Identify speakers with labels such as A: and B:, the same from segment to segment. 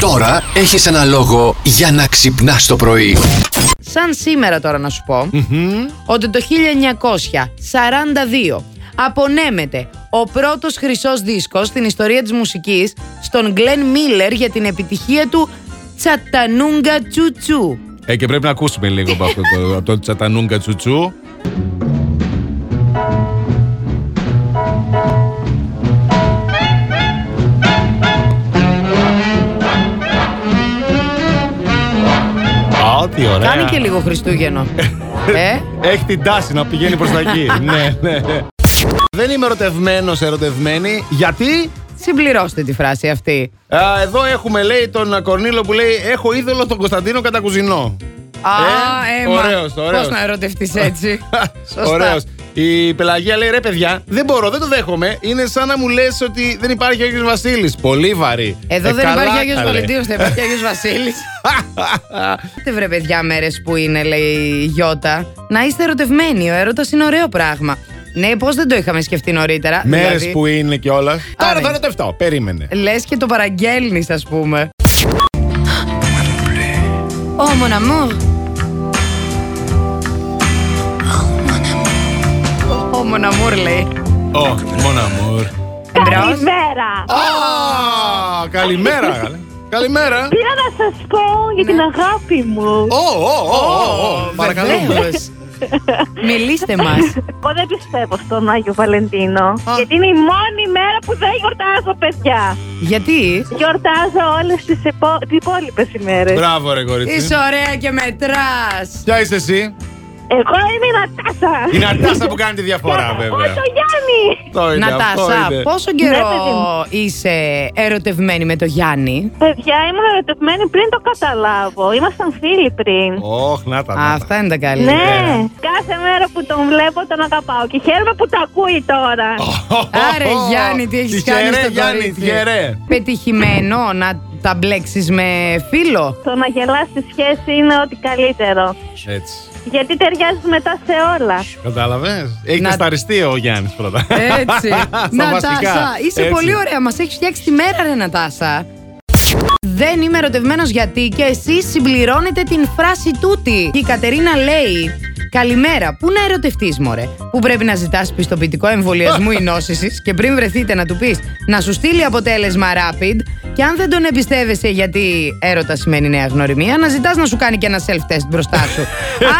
A: Τώρα έχεις ένα λόγο για να ξυπνάς το πρωί.
B: Σαν σήμερα τώρα να σου πω ότι το 1942 απονέμεται ο πρώτος χρυσός δίσκος στην ιστορία της μουσικής στον Γκλέν Μίλλερ για την επιτυχία του Τσατανούγκα Τσουτσού.
C: Ε, και πρέπει να ακούσουμε λίγο από αυτό το, από το τσατανούγκα τσουτσού. Α, τι ωραία.
B: Κάνει και λίγο Χριστούγεννο. ε,
C: Έχει την τάση να πηγαίνει προς τα εκεί. ναι, ναι. Δεν είμαι ερωτευμένος, ερωτευμένη, γιατί
B: συμπληρώστε τη φράση αυτή.
C: Α, εδώ έχουμε, λέει, τον Κορνίλο που λέει «Έχω είδωλο τον Κωνσταντίνο Κατακουζινό».
B: Α,
C: Ε,
B: ε, μα,
C: ωραίος, ωραίος.
B: Πώς να ερωτευτείς έτσι. Σωστά.
C: Ωραίος. Η Πελαγία λέει ρε παιδιά, δεν μπορώ, δεν το δέχομαι. Είναι σαν να μου λες ότι δεν υπάρχει Άγιος Βασίλης. Πολύ βαρύ.
B: Εδώ
C: Ε,
B: δεν
C: καλά,
B: υπάρχει Άγιος
C: καλέ.
B: Βαλεντίνος, δεν υπάρχει Άγιος Βασίλης. Είστε βρε παιδιά μέρες που είναι, λέει η Γιώτα. Να είστε ερωτευμένοι, ο έρωτας είναι ωραίο πράγμα. Ναι, πώς δεν το είχαμε σκεφτεί νωρίτερα.
C: Μέρες
B: δηλαδή,
C: που είναι κιόλας. Τώρα
B: είναι.
C: θα ερωτευτώ. Περίμενε.
B: Λες και το παραγγέλνεις ας πούμε. Ω, mon amour. Ω, mon amour, λέει.
C: Ω, μόνο αμόρ.
B: Εμπρός.
D: Καλημέρα.
C: Α, καλημέρα, καλέ. Καλημέρα.
D: Πήρα να σας πω για
C: Ναι.
D: την αγάπη μου.
C: Ω, ω, ω, ω, ω, παρακαλώ.
B: Βεβαίως. Μιλήστε μας.
D: Εγώ δεν πιστεύω στον Άγιο Βαλεντίνο. Γιατί είναι η μόνη μέρα που δεν γιορτάζω, παιδιά.
B: Γιατί
D: Γιορτάζω όλες τις επο... υπόλοιπες ημέρες.
C: Μπράβο, ρε
B: είσαι
C: κορίτσι.
B: ωραία και μετράς.
C: Ποια είσαι εσύ,
D: Εγώ είμαι η Νατάσα.
C: η Νατάσα που κάνει τη διαφορά, βέβαια.
D: Ο το Γιάννη.
C: Αυτό είναι, αυτό
B: Νατάσα,
C: είναι.
B: πόσο
D: Ναι, παιδί
B: καιρό
D: μου.
B: είσαι ερωτευμένη με το Γιάννη.
D: Παιδιά, ήμουν ερωτευμένη πριν το καταλάβω. Ήμασταν φίλοι πριν.
C: Ωχ, να τα.
B: Α,
C: να τα.
B: αυτά είναι τα καλύτερα.
D: Ναι,
C: ε.
D: κάθε μέρα που τον βλέπω τον αγαπάω και χαίρομαι που το ακούει τώρα.
B: Άρε Γιάννη, τι έχεις
C: Τυχερέ,
B: κάνει στο
C: Γιάννη,
B: κορίτσι.
C: τυχερέ.
B: Πετυχημένο να τα μπλέξεις με φίλο.
D: Το να γελάς στη σχέση είναι ό,τι καλύτερο.
C: Έτσι.
D: Γιατί ταιριάζεις μετά σε όλα.
C: Κατάλαβες. Έχει
B: Να-
C: να... σταριστεί ο Γιάννης πρώτα.
B: Έτσι.
C: Στα
B: Νατάσα,
C: βασικά.
B: είσαι
C: Έτσι.
B: πολύ ωραία. Μας έχεις φτιάξει τη μέρα, ρε Νατάσα. Δεν είμαι ερωτευμένος γιατί και εσείς συμπληρώνετε την φράση τούτη. Η Κατερίνα λέει... Καλημέρα, πού να ερωτευτείς, Μωρέ. Πού πρέπει να ζητάς πιστοποιητικό εμβολιασμού ή νόσησης και πριν βρεθείτε να του πεις να σου στείλει αποτέλεσμα rapid. Και αν δεν τον εμπιστεύεσαι γιατί έρωτας σημαίνει νέα γνωριμία, να ζητάς να σου κάνει και ένα self-test μπροστά σου.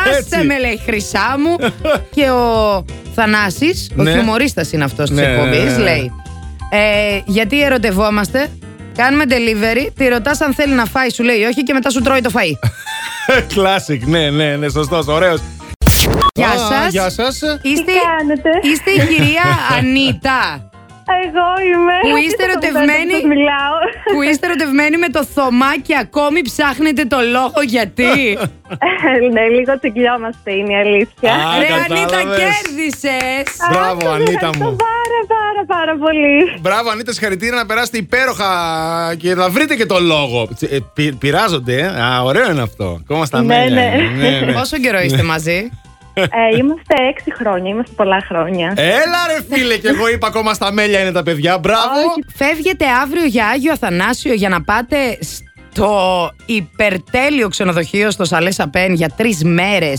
B: Άσε
C: Έτσι.
B: με, Ε, λέει χρυσά μου. και ο Θανάσης, ο
C: Ναι.
B: χιουμορίστας είναι αυτός της
C: Ναι,
B: εκπομπής,
C: ναι, ναι, ναι.
B: λέει. Ε, γιατί ερωτευόμαστε, κάνουμε delivery, τη ρωτάς αν θέλει να φάει, σου λέει όχι και μετά σου τρώει το φαΐ.
C: Κλάσικ, ναι, ναι, ναι, σωστός, ωραίος.
B: Γεια σας.
C: Γεια σας.
B: Είστε,
D: κάνετε?
B: είστε η κυρία Ανίτα,
D: Εγώ είμαι.
B: Που είστε
D: Τι το
B: ερωτευμένοι?
D: σας μιλάω.
B: που είστε ερωτευμένοι με το Θωμά και ακόμη ψάχνετε το λόγο γιατί.
D: ναι, λίγο τσιγκλιόμαστε είναι η αλήθεια.
C: Α,
B: Ρε
C: κατάλαβες.
B: Ανίτα, κέρδισες.
C: Μπράβο,
D: Σας
C: Ανίτα
D: ευχαριστώ
C: μου.
D: πάρα πάρα πάρα πολύ.
C: Μπράβο, Ανίτα, συγχαρητήρια να περάσετε υπέροχα και να βρείτε και το λόγο. Τσι- Ε, πει- πειράζονται, ε. Α, ωραίο είναι αυτό. Ακόμα στα
D: Ναι,
C: μέλια.
D: ναι.
C: είναι. ναι, ναι.
B: Πόσο καιρό είστε μαζί.
D: ε, είμαστε έξι χρόνια, είμαστε πολλά
C: Ε.
D: χρόνια.
C: Έλα ρε φίλε, και εγώ είπα ακόμα στα μέλια είναι τα παιδιά. Μπράβο.
B: Φεύγετε αύριο για Άγιο Αθανάσιο για να πάτε στο υπερτέλειο ξενοδοχείο στο Σαλέ Σαπέν για τρεις μέρες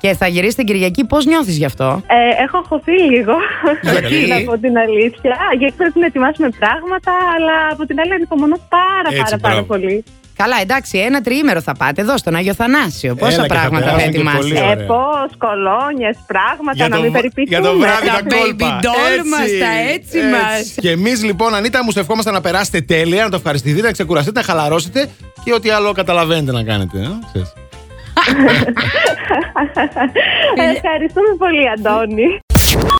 B: και θα γυρίσετε Κυριακή. Πώς νιώθεις γι' αυτό,
D: Ε, έχω χωθεί λίγο.
B: Γιατί?
D: να πω την αλήθεια. Γιατί πρέπει να ετοιμάσουμε πράγματα, αλλά από την άλλη ανυπομονώ πάρα
C: Έτσι,
D: πάρα, πάρα
C: μπράβο.
D: πολύ.
B: Καλά, εντάξει, ένα τριήμερο θα πάτε εδώ στον Άγιο Αθανάσιο. Πόσα
C: Έλα και θα
B: πράγματα θα
C: περάσουν και
B: ετοιμάσετε.
C: πολύ
D: Ε,
C: ωραία.
D: πώς, κολόνιες, πράγματα,
C: Για
D: να
C: το
D: μην
C: β- για το
D: περιποιηθούμε.
C: βράδυ
B: Τα
C: τα,
B: baby
C: κόλπα.
B: doll
C: Έτσι,
B: μας, τα έτσι μας.
C: Και εμείς λοιπόν, Ανίτα, μου σε ευχόμαστε να περάσετε τέλεια, να το ευχαριστηθείτε, να ξεκουραστείτε, να χαλαρώσετε και ό,τι άλλο καταλαβαίνετε να κάνετε. ε, ξέρεις.
D: Ευχαριστούμε πολύ, Αντώνη.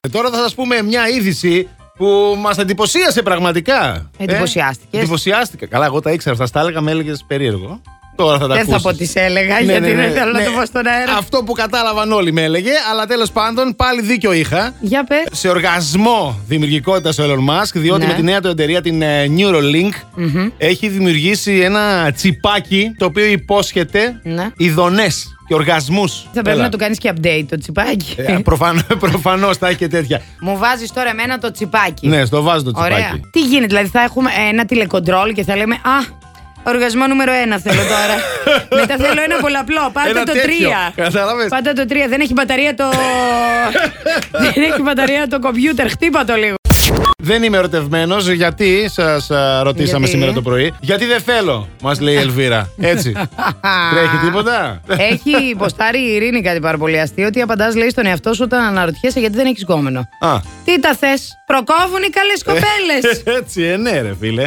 C: Ε, Τώρα θα σας πούμε μια είδηση που μας εντυπωσίασε πραγματικά. Ε,
B: Εντυπωσιάστηκες.
C: εντυπωσιάστηκα. Καλά, εγώ τα ήξερα αυτά, στα έλεγα, με έλεγες περίεργο. Τώρα θα τα
B: Δεν θα πω
C: ακούσεις.
B: τις έλεγα,
C: Ναι,
B: γιατί
C: ναι, ναι,
B: δεν θέλω
C: ναι.
B: να το πω στον αέρα.
C: Αυτό που κατάλαβαν όλοι με έλεγε, αλλά τέλος πάντων πάλι δίκιο είχα.
B: Για πες.
C: σε οργασμό δημιουργικότητας ο Elon Musk, διότι
B: Ναι.
C: με τη νέα του εταιρεία, την ε, Neuralink, έχει δημιουργήσει ένα τσιπάκι το οποίο υπόσχεται
B: Ναι.
C: ειδονές και οργασμούς.
B: Θα πρέπει να του κάνεις και update το τσιπάκι.
C: Ε, Προφανώς θα έχει και τέτοια.
B: Μου βάζεις τώρα εμένα το τσιπάκι.
C: ναι, στο βάζω το τσιπάκι.
B: Ωραία. Τι γίνεται, δηλαδή θα έχουμε ένα τηλεκοντρόλ και θα λέμε Α, Οργασμό νούμερο 1 θέλω τώρα. Μετά θέλω ένα πολλαπλό. Πάτε
C: Ένα
B: το
C: τέτοιο.
B: 3.
C: Κατάλαβες.
B: Πάτε το 3. Δεν έχει μπαταρία το. Δεν έχει μπαταρία το κομπιούτερ. Χτύπα το λίγο.
C: Δεν είμαι ερωτευμένος γιατί σας ρωτήσαμε
B: Γιατί? Ε.
C: σήμερα το πρωί. Γιατί δεν θέλω, μας λέει η Ελβίρα. Έτσι. Τρέχει τίποτα.
B: Έχει υποστάρει η Ειρήνη κάτι πάρα πολύ αστείο ότι απαντάς λέει στον εαυτό σου όταν αναρωτιέσαι γιατί δεν έχεις κόμενο.
C: Α.
B: Τι τα θες, προκόβουν οι καλές κοπέλες.
C: Έτσι, ε, ναι, ρε φίλε.